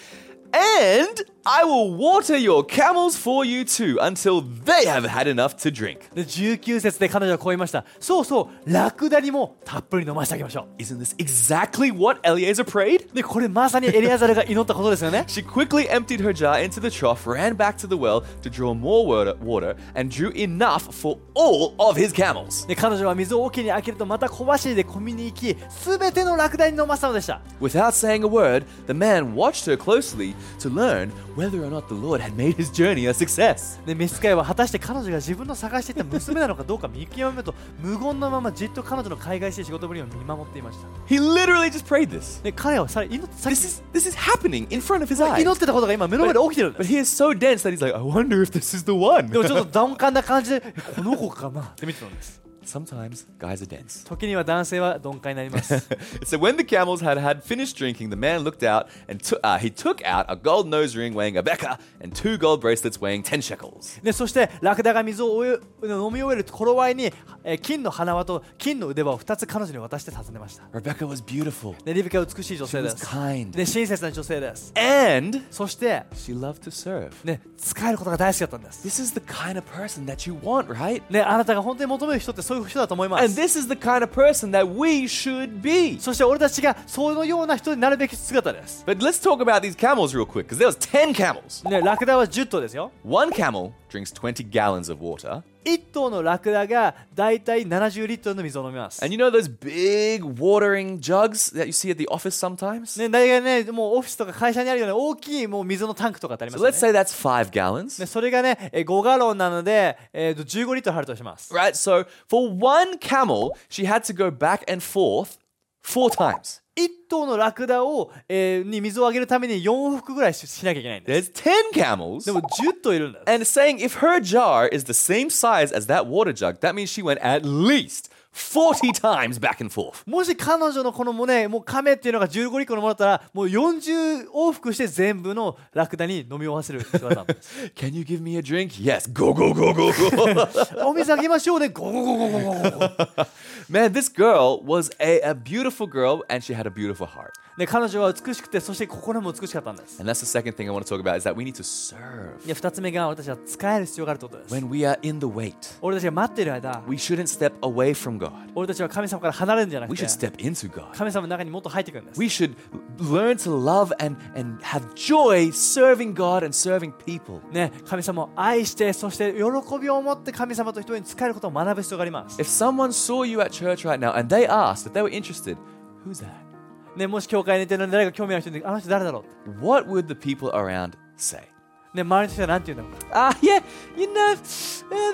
[SPEAKER 1] And I will water your camels for you too until they have had enough to drink.
[SPEAKER 2] で19節で彼女はこう言いましたそうそうラクダにもたっぷり飲ませてあげましょ
[SPEAKER 1] Isn't this exactly what Eliezer prayed?
[SPEAKER 2] うでこれまさにエリアザルが祈ったことですよね
[SPEAKER 1] She quickly emptied her jar into the trough, ran back to the well to draw more water, water and drew enough for all of his camels.
[SPEAKER 2] で彼女は水を桶に開けるとまた小走りで込みに行き全てのラクダに飲ませたのでした
[SPEAKER 1] Without saying a word, the man watched her closely to learn whether or not the Lord had made his journey a success.
[SPEAKER 2] で召使いは果たして彼女が自分の探していた娘なのかどうか見極めると無言のままじっと彼女の海外しい仕事ぶりを見守っていました
[SPEAKER 1] He literally just prayed this.
[SPEAKER 2] で彼はさ祈ってさっき
[SPEAKER 1] This is this is happening in front of his eyes.
[SPEAKER 2] 祈ってたことが今目の前で起きてるんだ
[SPEAKER 1] But he is so dense that he's like, I wonder if this is the one.
[SPEAKER 2] でも ちょっと鈍感な感じでえこの子かなって見てたんです
[SPEAKER 1] Sometimes guys are dense.
[SPEAKER 2] 時には男性は鈍感になります
[SPEAKER 1] so when the camels had had finished drinking, the man looked out and took uh, he took out a gold nose ring weighing a becca and two gold bracelets weighing ten shekels.
[SPEAKER 2] でそしてラクダが水をお湯飲み終える頃合いに、えー金の花輪と金の腕輪を2つ彼女に渡して尋ねました
[SPEAKER 1] Rebecca was beautiful.
[SPEAKER 2] でリビカは美しい女
[SPEAKER 1] She
[SPEAKER 2] 性で
[SPEAKER 1] was
[SPEAKER 2] す
[SPEAKER 1] kind.
[SPEAKER 2] で親切な女性です
[SPEAKER 1] And
[SPEAKER 2] そして、
[SPEAKER 1] she loved to serve.
[SPEAKER 2] ね、使えることが大好きだったんです
[SPEAKER 1] This is the kind of person that you want, right?
[SPEAKER 2] ね、あなたが本当に求める人ってそういう人だと思いま
[SPEAKER 1] And
[SPEAKER 2] す。
[SPEAKER 1] this is the kind of person that we should be.
[SPEAKER 2] そして俺たちがそのような人になるべき姿です。
[SPEAKER 1] But let's talk about these camels real quick, because there was ten camels.
[SPEAKER 2] ね、ラクダは10頭ですよ。
[SPEAKER 1] One camel drinks 20 gallons of water.
[SPEAKER 2] 1頭のラクダがだいたい70リットルの水を飲みます。
[SPEAKER 1] And
[SPEAKER 2] ね、
[SPEAKER 1] you know those big watering jugs that you see at the office sometimes?
[SPEAKER 2] 大概ね、もうオフィスとか会社にあるような大きいもう水のタンクとかってあり
[SPEAKER 1] So
[SPEAKER 2] ますよ
[SPEAKER 1] let's
[SPEAKER 2] ね。
[SPEAKER 1] say that's five gallons.
[SPEAKER 2] ね、それがね、えー5ガロンなので、えーと15リットル入るとします。
[SPEAKER 1] Right? So for one camel, she had to go back and forth four times.
[SPEAKER 2] 1頭のラクダを、えーに水をあげるために4往復ぐらいししなきゃいけないんです。
[SPEAKER 1] There's 10 camels.
[SPEAKER 2] でも10頭いるんです。
[SPEAKER 1] And saying if her jar is the same size as that water jug, that means she went at least 40 times back and forth.
[SPEAKER 2] もし彼女のこのもねもう亀っていうのが15リットルのものだったらもう40往復して全部のラクダに飲み終わらせるって技なんです
[SPEAKER 1] Can you give me a drink? Yes. Go, go, go, go, go.
[SPEAKER 2] お水あげましょうねゴゴゴゴゴゴゴゴ
[SPEAKER 1] Man, this girl was a, a beautiful girl and she had a beautiful heart.
[SPEAKER 2] ね彼女は美しくてそして心も美しかったんです
[SPEAKER 1] And that's the second thing I want to talk about is that we need to serve.
[SPEAKER 2] で2つ目が私は使える必要があるってことです
[SPEAKER 1] When we are in the wait,
[SPEAKER 2] 俺たちが待っている間
[SPEAKER 1] we shouldn't step away from God.
[SPEAKER 2] 俺たちは神様から離れるんじゃな
[SPEAKER 1] We
[SPEAKER 2] くて
[SPEAKER 1] should step into God.
[SPEAKER 2] 神様の中にもっと入っていくんです
[SPEAKER 1] We should learn to love and, and have joy serving God and serving people.
[SPEAKER 2] ね、神様を愛してそして喜びを持って神様と人に仕えることを学ぶ必要があります
[SPEAKER 1] If someone saw you at church right now and they asked if they were interested, who's that?
[SPEAKER 2] ね、もし教会にいてるのに誰か興味ある人にあの人誰だろうって
[SPEAKER 1] What would the people around say?
[SPEAKER 2] ね、周りの人は何て言うんだろうか
[SPEAKER 1] Ah, yeah, you know, eh,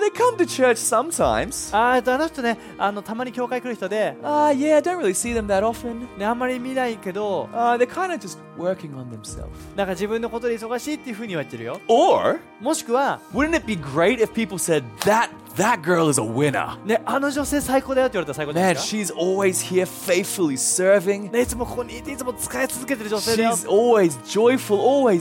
[SPEAKER 1] they come to church sometimes.
[SPEAKER 2] あーえっとあの人ねあのたまに教会来る人で、
[SPEAKER 1] Ah, yeah, I don't really see them that often.
[SPEAKER 2] ね、あんまり見ないけど
[SPEAKER 1] Uh, they're kind of just working on themselves.
[SPEAKER 2] なんか自分のことで忙しいっていうふうには言ってるよ
[SPEAKER 1] Or
[SPEAKER 2] もしくは、
[SPEAKER 1] wouldn't it be great if people said that that girl is a winner?
[SPEAKER 2] ね、あの女性最高だよって言われたら最高じゃな
[SPEAKER 1] Man,
[SPEAKER 2] いで
[SPEAKER 1] she's
[SPEAKER 2] すか
[SPEAKER 1] always here faithfully serving.
[SPEAKER 2] ね、いつもここにいていつも使い続けてる女性だよ
[SPEAKER 1] She's always joyful, always
[SPEAKER 2] もうい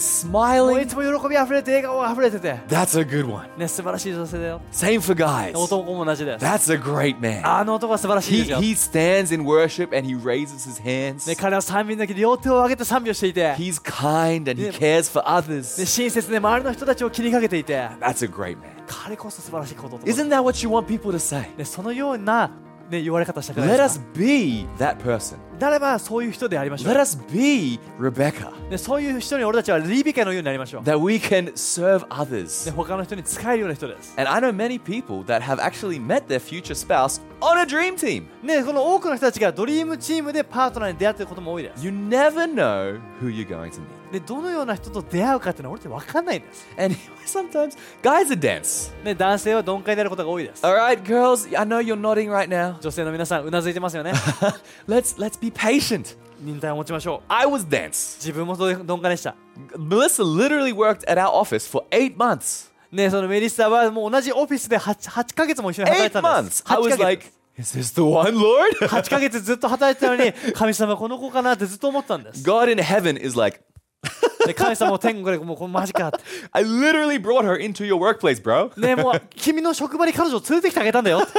[SPEAKER 1] smiling.
[SPEAKER 2] つも喜びあふれて笑顔あふれてて、
[SPEAKER 1] That's a good one.
[SPEAKER 2] ね、素晴らしい女性だよ
[SPEAKER 1] Same for guys.
[SPEAKER 2] 男も同じです
[SPEAKER 1] That's a great man.
[SPEAKER 2] あの男は素晴らしい
[SPEAKER 1] He,
[SPEAKER 2] ですよ、ね、
[SPEAKER 1] he stands in worship and he raises his hands.
[SPEAKER 2] 彼は賛美の時両手を上げて賛美をしていて、ね、
[SPEAKER 1] He's kind and he cares for
[SPEAKER 2] 親
[SPEAKER 1] others.
[SPEAKER 2] 切で周りの人たちを気にかけていて
[SPEAKER 1] That's a great man.
[SPEAKER 2] 彼こそ素晴らしいことと、
[SPEAKER 1] Isn't that what you want people to say?
[SPEAKER 2] ね、そのような、ね、言われ方したくない
[SPEAKER 1] Let
[SPEAKER 2] です
[SPEAKER 1] us
[SPEAKER 2] か
[SPEAKER 1] be that person.
[SPEAKER 2] なればそういう人でありましょう
[SPEAKER 1] Let us be Rebecca.
[SPEAKER 2] でそういう人に俺たちはリビカのようになりましょう。
[SPEAKER 1] That we can serve others.
[SPEAKER 2] で他の人に使えるような人です。
[SPEAKER 1] And I know many people that have actually met their future spouse on a dream team.
[SPEAKER 2] ねこの多くの人たちがドリームチームでパートナーに出会っていることも多いです。
[SPEAKER 1] You never know who you're going to meet.
[SPEAKER 2] でどのような人と出会うかっていうのは俺って分かんないんです。
[SPEAKER 1] And sometimes guys are dense.
[SPEAKER 2] ね男性は鈍感になることが多い です。
[SPEAKER 1] All right, girls, I know you're nodding right now.
[SPEAKER 2] 女性の皆さんうなずいてますよ ね。
[SPEAKER 1] let's let's be patient.
[SPEAKER 2] 忍耐を持ちましょう。
[SPEAKER 1] I was dense.
[SPEAKER 2] 自分もそういう鈍感でした。
[SPEAKER 1] Melissa literally worked at our office for eight months.
[SPEAKER 2] ねそのメリッサはもう同じオフィスで 8, 8ヶ月も一緒に働い
[SPEAKER 1] Eight
[SPEAKER 2] てたんです。
[SPEAKER 1] months. I
[SPEAKER 2] 8
[SPEAKER 1] was
[SPEAKER 2] ヶ月
[SPEAKER 1] like, is this the one, Lord?
[SPEAKER 2] 8ヶ月ずっと働いてたのに神様この子かなってずっと思った んです。
[SPEAKER 1] God in heaven is like,
[SPEAKER 2] で神様も天国でもうこれマジかって。
[SPEAKER 1] I literally brought her into your workplace, bro.
[SPEAKER 2] ねもう君の職場に彼女を連れてきてあげたんだよ って。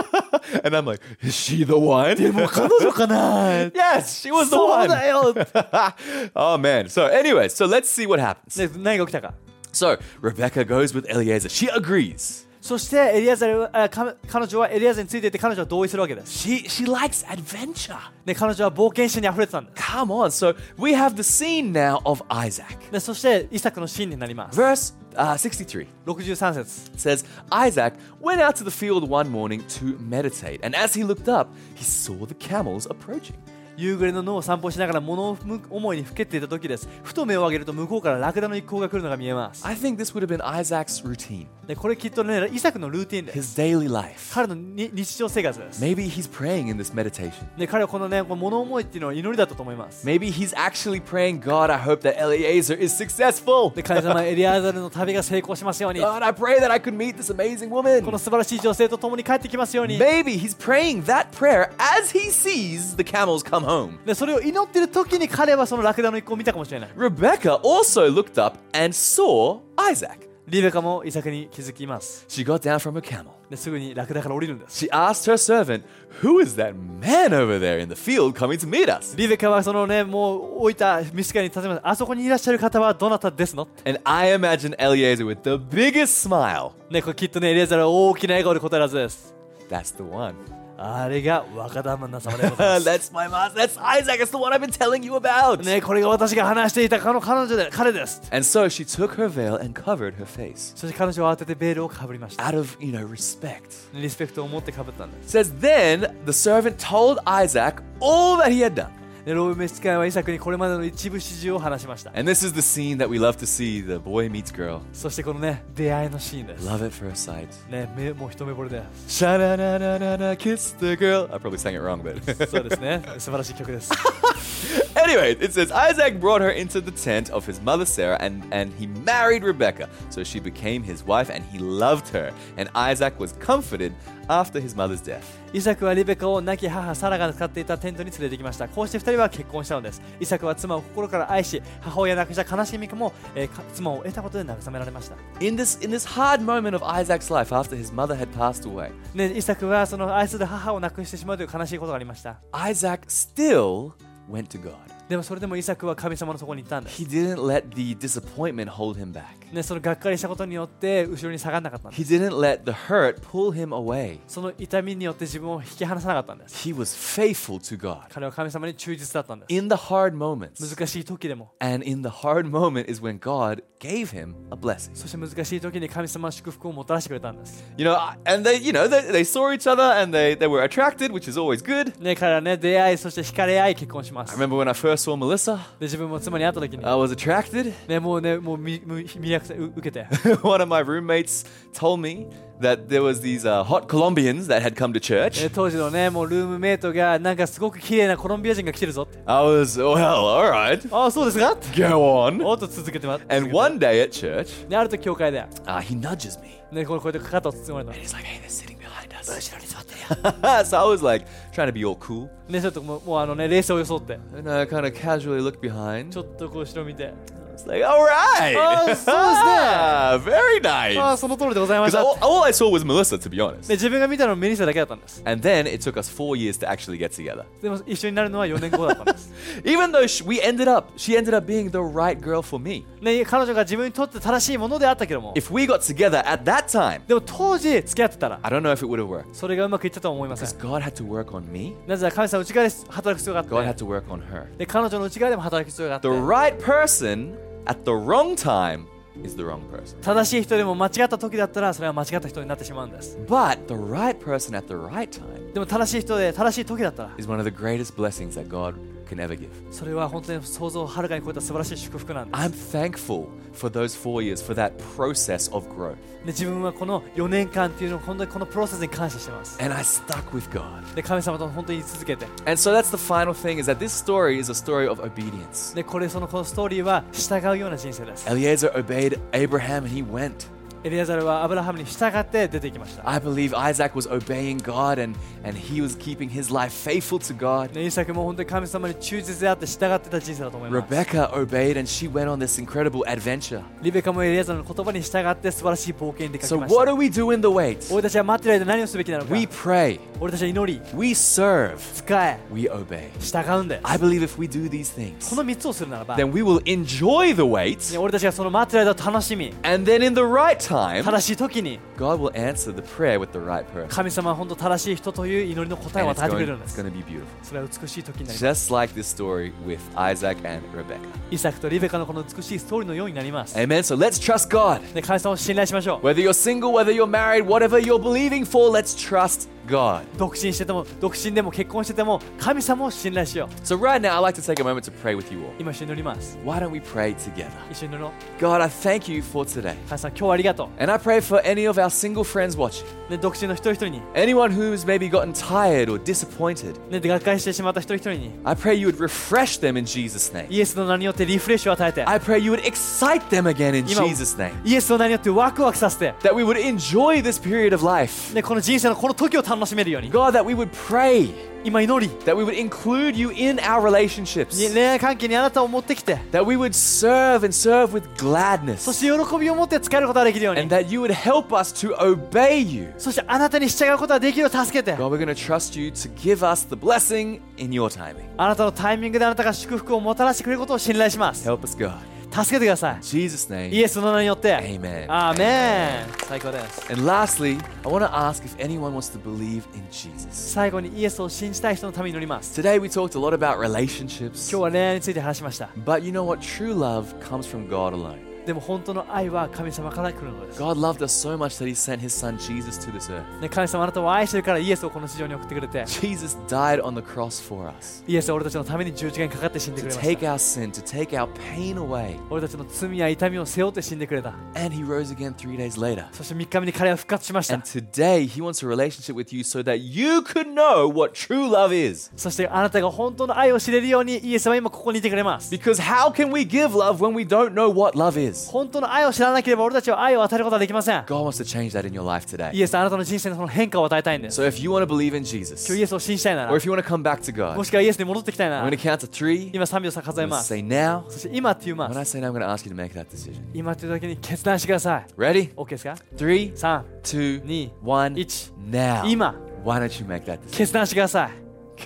[SPEAKER 1] And I'm like, is she the one?
[SPEAKER 2] 彼女かな
[SPEAKER 1] yes, she was the
[SPEAKER 2] そう
[SPEAKER 1] one.
[SPEAKER 2] だよ
[SPEAKER 1] oh man. So anyway, so let's see what happens.
[SPEAKER 2] で何が起きたか
[SPEAKER 1] So Rebecca goes with Eliezer. She agrees.
[SPEAKER 2] そしてエリアザルあか彼女はエリアザルについていて彼女は同意するわけです、
[SPEAKER 1] She she likes adventure.
[SPEAKER 2] ね、彼女は冒険心に溢れてたんです、
[SPEAKER 1] Come on. So we have the scene now of Isaac.
[SPEAKER 2] ね、そしてイサクのシーンになります
[SPEAKER 1] Verse uh, 63
[SPEAKER 2] 63節
[SPEAKER 1] It says Isaac went out to the field one morning to meditate, and as he looked up, he saw the camels approaching.
[SPEAKER 2] 夕暮れの脳を散歩しながら物思いにふけっていた時ですふと目を上げると向こうからラクダの一行が来るのが見えます
[SPEAKER 1] I think this would have been Isaac's routine,
[SPEAKER 2] でこれきっとねイサクのルーティンで
[SPEAKER 1] his
[SPEAKER 2] す
[SPEAKER 1] daily life.
[SPEAKER 2] 彼のに日常生活です、
[SPEAKER 1] Maybe he's praying in this meditation.
[SPEAKER 2] で彼はこのねこの物思いっていうのは祈りだったと思います
[SPEAKER 1] Maybe he's actually praying, God, I hope that Eliezer is successful.
[SPEAKER 2] で神様エリアザルの旅が成功しますように
[SPEAKER 1] God, I pray that I could meet this amazing
[SPEAKER 2] こ
[SPEAKER 1] woman.
[SPEAKER 2] の素晴らしい女性と共に帰ってきますように
[SPEAKER 1] Maybe he's praying that prayer as he sees the camels come home.
[SPEAKER 2] でそれを祈ってる時に彼はそのラクダの一行を見たかもしれない
[SPEAKER 1] Rebecca also looked up and saw Isaac.
[SPEAKER 2] リベカもイサクに気づきます。
[SPEAKER 1] She got down from her camel.
[SPEAKER 2] ですぐにラクダから降りるんです。
[SPEAKER 1] She asked her servant, Who is that man over there in the field coming to meet us?
[SPEAKER 2] リベカはそのね、もう置いたミスカに立てます。あそこにいらっしゃる方はどなたですの
[SPEAKER 1] And I imagine Eliezer with the biggest smile.
[SPEAKER 2] ね、これきっとね、エリアザルは大きな笑顔で答えるはずです。
[SPEAKER 1] That's the one.
[SPEAKER 2] あれが若旦那様でござ います。
[SPEAKER 1] That's my master. That's Isaac. It's the one I've been telling you about.
[SPEAKER 2] ね、これが私が話していた彼の彼女で、彼です。
[SPEAKER 1] And so she took her veil and covered her face
[SPEAKER 2] そして彼女は慌ててベールをかぶりました。
[SPEAKER 1] out of, you know, respect.
[SPEAKER 2] リスペクトを持ってかぶったんです。
[SPEAKER 1] It says then the servant told Isaac all that he had done.
[SPEAKER 2] でローブ召使いはイサクにこれまでの一部始終を話しました。
[SPEAKER 1] And this is the scene that we love to see, the boy meets girl.
[SPEAKER 2] そしてこのね、出会いのシーンです。
[SPEAKER 1] Love at first sight.
[SPEAKER 2] ね、目もう一目惚れで
[SPEAKER 1] Sha na na na na na kiss the girl. I probably sang it wrong, but
[SPEAKER 2] す。そうですね。素晴らしい曲です。
[SPEAKER 1] anyway, it says Isaac brought her into the tent of his mother Sarah and, and he married Rebekah. So she became his wife and he loved her. And Isaac was comforted after his mother's death.
[SPEAKER 2] イサクはリベカを亡き母サラが使っていたテントに連れてきましたこうして2人は結婚したのですイサクは妻を心から愛し母親を亡くした悲しみも、えーか妻を得たことで慰められました、
[SPEAKER 1] In this in this hard moment of Isaac's life after his mother had passed away,
[SPEAKER 2] ね、イサクはその愛する母を亡くしてしまうという悲しいことがありました
[SPEAKER 1] Isaac still went to God.
[SPEAKER 2] でもそれでもイサクは神様のそこに行ったんです、
[SPEAKER 1] He didn't let the disappointment hold him back.
[SPEAKER 2] ね、そのがっかりしたことによって後ろに下がらなかったんです
[SPEAKER 1] He didn't let the hurt pull him away.
[SPEAKER 2] その痛みによって自分を引き離さなかったんです
[SPEAKER 1] He was faithful to God
[SPEAKER 2] 彼は神様に忠実だったんで
[SPEAKER 1] in the hard moments.
[SPEAKER 2] す難しい時でも
[SPEAKER 1] And in the hard moment is when God gave him a blessing.
[SPEAKER 2] そして難しい時に神様は祝福をもたらしてくれたんです
[SPEAKER 1] You know, I- and they, you know, they, they saw each other and they, they were attracted, which is always good.
[SPEAKER 2] ね彼らね出会いそして惹かれ合い結婚しま
[SPEAKER 1] I
[SPEAKER 2] す
[SPEAKER 1] remember when I first saw Melissa,
[SPEAKER 2] で自分も妻に会った時に
[SPEAKER 1] I was attracted.
[SPEAKER 2] ねもうねもうみみ魅力受けて
[SPEAKER 1] One of my roommates told me that there was these uh, hot Colombians that had come to
[SPEAKER 2] え
[SPEAKER 1] church.
[SPEAKER 2] 当時のねもうルームメイトがなんかすごく綺麗なコロンビア人が来てるぞって
[SPEAKER 1] I was, well, all right,
[SPEAKER 2] ああそうですか
[SPEAKER 1] go on.
[SPEAKER 2] おっと続けてます
[SPEAKER 1] And one day at church,
[SPEAKER 2] であると教会で
[SPEAKER 1] uh, he nudges me.
[SPEAKER 2] ねこうこうやって肩を包まれた
[SPEAKER 1] And he's like, hey, they're sitting behind us.
[SPEAKER 2] 後ろに座って
[SPEAKER 1] so I was like trying to be all cool.
[SPEAKER 2] ねちょっともうもうあのね冷静を装って
[SPEAKER 1] And I kind of casually looked behind.
[SPEAKER 2] ちょっとこう後ろ見て
[SPEAKER 1] It's like, all right.
[SPEAKER 2] Oh, so is that. Oh,
[SPEAKER 1] Very
[SPEAKER 2] ああ
[SPEAKER 1] nice.
[SPEAKER 2] その通りでございま
[SPEAKER 1] Because
[SPEAKER 2] した
[SPEAKER 1] all,
[SPEAKER 2] ね
[SPEAKER 1] all I saw was Melissa, to be honest.
[SPEAKER 2] 自分が見たのはメリッサだけだったんです
[SPEAKER 1] And then it took us four years to actually get together.
[SPEAKER 2] でも一緒になるのは4年後だったんです
[SPEAKER 1] Even though sh we ended up, she ended up being the right girl for me.
[SPEAKER 2] ね彼女が自分にとって正しいものであったけども
[SPEAKER 1] If we got together at that time,
[SPEAKER 2] でも当時付き合ってたら
[SPEAKER 1] I don't know if it would have worked.
[SPEAKER 2] それがうまくいったとは思いませ
[SPEAKER 1] Because
[SPEAKER 2] ん
[SPEAKER 1] God had to work on me,
[SPEAKER 2] なぜなら神様は内側で働く必要があって
[SPEAKER 1] God had to work on her.
[SPEAKER 2] で彼女の内側でも働く必要があって
[SPEAKER 1] The right person at the wrong time is the wrong person.
[SPEAKER 2] 正しい人でも間違った時だったらそれは間違った人になってしまうんです
[SPEAKER 1] But the right person at the right time
[SPEAKER 2] でも正しい人で正しい時だったら
[SPEAKER 1] is one of the greatest blessings that God can ever give.
[SPEAKER 2] それは本当に想像をはるかに超えた素晴らしい祝福なんです
[SPEAKER 1] I'm thankful for those four years, for that process of growth.
[SPEAKER 2] で自分はこの4年間っていうのを本当にこのプロセスに感謝してます
[SPEAKER 1] And I stuck with God.
[SPEAKER 2] で神様と本当に居続けて
[SPEAKER 1] And so that's the final thing is that this story is a story of obedience.
[SPEAKER 2] でこれそのこのストーリーは従うような人生です
[SPEAKER 1] Eliezer obeyed Abraham and he went.
[SPEAKER 2] エリアザルはアブラハムに従って出ていきました
[SPEAKER 1] I believe Isaac was obeying God and, and he was keeping his life faithful to God.
[SPEAKER 2] でイサクも本当に神様に忠実であって従ってた人生だと思います
[SPEAKER 1] Rebecca obeyed and she went on this incredible adventure.
[SPEAKER 2] リベカもエリアザルの言葉に従って素晴らしい冒険に出かけ
[SPEAKER 1] So,
[SPEAKER 2] ました
[SPEAKER 1] what do we do in the wait?
[SPEAKER 2] 俺たちは待ってる間何をすべきなのか
[SPEAKER 1] We pray,
[SPEAKER 2] 俺たちは祈り
[SPEAKER 1] we serve,
[SPEAKER 2] 使え
[SPEAKER 1] we obey.
[SPEAKER 2] 従うんです
[SPEAKER 1] I believe if we do these things,
[SPEAKER 2] この3つをするならば
[SPEAKER 1] then we will enjoy the
[SPEAKER 2] ね
[SPEAKER 1] wait.
[SPEAKER 2] 俺たちがその待ってる間を楽しみ
[SPEAKER 1] And then in the right time,
[SPEAKER 2] 正しい時に
[SPEAKER 1] God will answer the prayer with the right person.
[SPEAKER 2] 神様は本当正しい人という祈りの答え
[SPEAKER 1] And
[SPEAKER 2] を
[SPEAKER 1] it's
[SPEAKER 2] 与えてくれ
[SPEAKER 1] going,
[SPEAKER 2] るんで
[SPEAKER 1] it's
[SPEAKER 2] す
[SPEAKER 1] going to be beautiful.
[SPEAKER 2] それは美しい時になります
[SPEAKER 1] Just like this story with Isaac and Rebecca.
[SPEAKER 2] イサクとリベカのこの美しいストーリーのようになります
[SPEAKER 1] Amen. So let's trust God.
[SPEAKER 2] で神様を信頼しましょう
[SPEAKER 1] Whether you're single, whether you're married, whatever you're believing for, let's trust God.
[SPEAKER 2] 独身してても独身でも結婚してても神様を信頼しよう
[SPEAKER 1] So, right now, I'd like to take a moment to pray with you all.
[SPEAKER 2] 今一緒に祈ります
[SPEAKER 1] Why don't we pray together?
[SPEAKER 2] 一緒に祈ろう
[SPEAKER 1] God, I thank you for today.
[SPEAKER 2] 神様今日はありがと
[SPEAKER 1] And I pray for any of our single friends watching,
[SPEAKER 2] う、ね、独身の一人一人に、
[SPEAKER 1] anyone who has maybe gotten tired or disappointed.
[SPEAKER 2] ね、学会してしまった一人一人に
[SPEAKER 1] I pray you would refresh them in Jesus' name.
[SPEAKER 2] イエスの名によってリフレッシュを与えて
[SPEAKER 1] I pray you would excite them again in Jesus' name.
[SPEAKER 2] イエスの名によってワクワクさせて、
[SPEAKER 1] That we would enjoy this period of life.
[SPEAKER 2] ね、この人生のこの時を楽しめるように
[SPEAKER 1] God, that we would pray,
[SPEAKER 2] 今祈り
[SPEAKER 1] that we would include you in our relationships,
[SPEAKER 2] に恋愛関係にあなたを持ってきて
[SPEAKER 1] that we would serve and serve with
[SPEAKER 2] そし
[SPEAKER 1] gladness,
[SPEAKER 2] て喜びを持って使えることができるよう
[SPEAKER 1] and
[SPEAKER 2] に
[SPEAKER 1] that you would help us to obey you.
[SPEAKER 2] そしてあなたに従うことができるよう助けて
[SPEAKER 1] God, we're going to trust you to give us the blessing in your timing.
[SPEAKER 2] あなたのタイミングであなたが祝福をもたらしてくれることを信頼します助
[SPEAKER 1] Help us, God.
[SPEAKER 2] けてくださ
[SPEAKER 1] In Jesus'
[SPEAKER 2] いイ
[SPEAKER 1] name.
[SPEAKER 2] エスの名によって
[SPEAKER 1] Amen.
[SPEAKER 2] アーメン最高です
[SPEAKER 1] And lastly, I want to ask if anyone wants to believe in Jesus.
[SPEAKER 2] 最後にイエスを信じたい人のために祈ります
[SPEAKER 1] Today we talked a lot about relationships,
[SPEAKER 2] 今日は恋愛について話しました
[SPEAKER 1] but you know what? True love comes from God alone.
[SPEAKER 2] でも本当の愛は神様から来るのです、
[SPEAKER 1] God loved us so much that he sent his son Jesus to this earth.
[SPEAKER 2] ね、神様あなたを愛してるからイエスをこの地上に送ってくれて
[SPEAKER 1] Jesus died on the cross for us
[SPEAKER 2] イエスは俺たちのために十字架にかかって死ん
[SPEAKER 1] to
[SPEAKER 2] でくれまし
[SPEAKER 1] take
[SPEAKER 2] た
[SPEAKER 1] our sin, to take our pain away,
[SPEAKER 2] 俺たちの罪や痛みを背負って死んでくれた
[SPEAKER 1] and he rose again three days later.
[SPEAKER 2] そして3日目に彼は復活しました
[SPEAKER 1] And today he wants a relationship with you so that you could know what true love is.
[SPEAKER 2] そしてあなたが本当の愛を知れるようにイエスは今ここにいてくれます
[SPEAKER 1] Because how can we give love when we don't know what love is?
[SPEAKER 2] 本当の愛を知らなければ俺たちは愛を与えることはできません
[SPEAKER 1] God wants to change that in your life today.
[SPEAKER 2] イエスはあなたの人生のその変化を与えたいんです
[SPEAKER 1] So if you want to believe in Jesus,
[SPEAKER 2] 今日イエスを信じたいな
[SPEAKER 1] or
[SPEAKER 2] ら
[SPEAKER 1] if you want to come back to God,
[SPEAKER 2] もしくはイエスに戻ってきたいな
[SPEAKER 1] I'm
[SPEAKER 2] ら
[SPEAKER 1] going to count to three.
[SPEAKER 2] 今3秒差数え
[SPEAKER 1] I'm
[SPEAKER 2] ま
[SPEAKER 1] gonna
[SPEAKER 2] す
[SPEAKER 1] say now.
[SPEAKER 2] そして今って言いま
[SPEAKER 1] When
[SPEAKER 2] す
[SPEAKER 1] I say now, I'm going to ask you to make that decision.
[SPEAKER 2] 今っていうだけに決断してください
[SPEAKER 1] Ready?
[SPEAKER 2] OK ですか
[SPEAKER 1] Three,
[SPEAKER 2] 3
[SPEAKER 1] two,
[SPEAKER 2] Ni.
[SPEAKER 1] one.
[SPEAKER 2] Ich.
[SPEAKER 1] Now.
[SPEAKER 2] Ima.
[SPEAKER 1] Why don't you make that decision?
[SPEAKER 2] 決断してください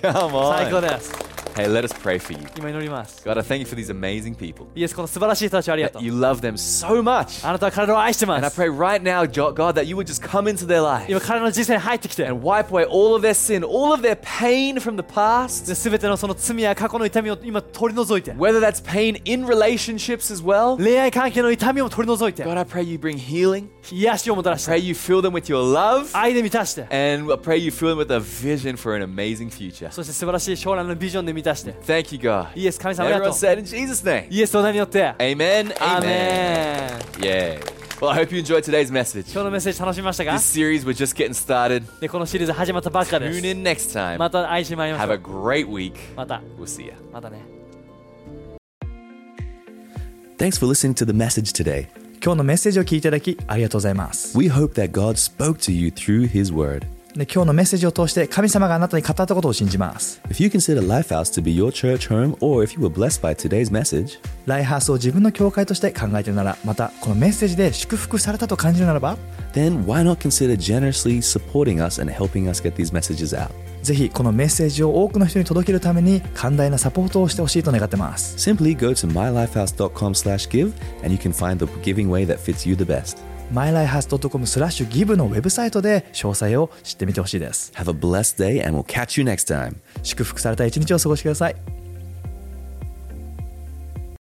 [SPEAKER 1] Come
[SPEAKER 2] 最高
[SPEAKER 1] on.
[SPEAKER 2] です
[SPEAKER 1] Hey, let us pray for you.
[SPEAKER 2] 今祈ります
[SPEAKER 1] God, I thank you for these amazing people.
[SPEAKER 2] イエスこの素晴らしい人たちをありがと
[SPEAKER 1] That
[SPEAKER 2] う
[SPEAKER 1] you love them so much.
[SPEAKER 2] あなたは彼らを愛してま
[SPEAKER 1] And I
[SPEAKER 2] す
[SPEAKER 1] pray right now, Jo- God, that you would just come into their life
[SPEAKER 2] 今彼らの人生に入ってきて
[SPEAKER 1] and wipe away all of their sin, all of their pain from the
[SPEAKER 2] で
[SPEAKER 1] past,
[SPEAKER 2] 全てのその罪や過去の痛みを今取り除いて
[SPEAKER 1] whether that's pain in relationships as well.
[SPEAKER 2] 恋愛関係の痛みを取り除いて
[SPEAKER 1] God, I pray you bring healing.
[SPEAKER 2] 癒しをもたら
[SPEAKER 1] I
[SPEAKER 2] し
[SPEAKER 1] pray
[SPEAKER 2] て
[SPEAKER 1] you fill them with your love.
[SPEAKER 2] 愛で満たして
[SPEAKER 1] And I pray you fill them with a vision for an amazing future.
[SPEAKER 2] そして素晴らしい将来のビジョンで満たして
[SPEAKER 1] Thank you, God.
[SPEAKER 2] イエス神様ありが
[SPEAKER 1] Everyone
[SPEAKER 2] とう
[SPEAKER 1] said in Jesus' name.
[SPEAKER 2] イエスの名によって
[SPEAKER 1] Amen.
[SPEAKER 2] アー
[SPEAKER 1] Amen.
[SPEAKER 2] メン
[SPEAKER 1] Yeah. Well, I hope you enjoyed today's message.
[SPEAKER 2] 今日のメッセージ楽しみましたか
[SPEAKER 1] This series, we're just getting started.
[SPEAKER 2] でこのシリーズ始まったばっかで
[SPEAKER 1] Tune
[SPEAKER 2] す
[SPEAKER 1] in next time.
[SPEAKER 2] また愛しまいりま
[SPEAKER 1] Have
[SPEAKER 2] しょ
[SPEAKER 1] a
[SPEAKER 2] う
[SPEAKER 1] great week.
[SPEAKER 2] また
[SPEAKER 1] We'll see you.
[SPEAKER 2] またね
[SPEAKER 1] Thanks for listening to the message today.
[SPEAKER 3] 今日のメッセージを聞いていただきありがとうございます。
[SPEAKER 1] We hope that God spoke to you through His Word.
[SPEAKER 3] で今日のメッセージを通して神様があなたに語ったことを信じます。
[SPEAKER 1] If you consider Lifehouse to be your church home, or if you were blessed by today's message,
[SPEAKER 3] ライハースを自分の教会として考えているなら、またこのメッセージで祝福されたと感じるならば、
[SPEAKER 1] then why not consider generously supporting us and helping us get these messages out?
[SPEAKER 3] ぜひこのメッセージを多くの人に届けるために寛大なサポートをしてほしいと願ってます。
[SPEAKER 1] Simply go to mylifehouse.com/give, and you can find the giving way that fits you the best.
[SPEAKER 3] mylifehouse.com スラッシュギブのウェブサイトで詳細を知ってみてほしいです。
[SPEAKER 1] Have a blessed day, and we'll catch you next time.
[SPEAKER 3] 祝福された一日を過ごしてください。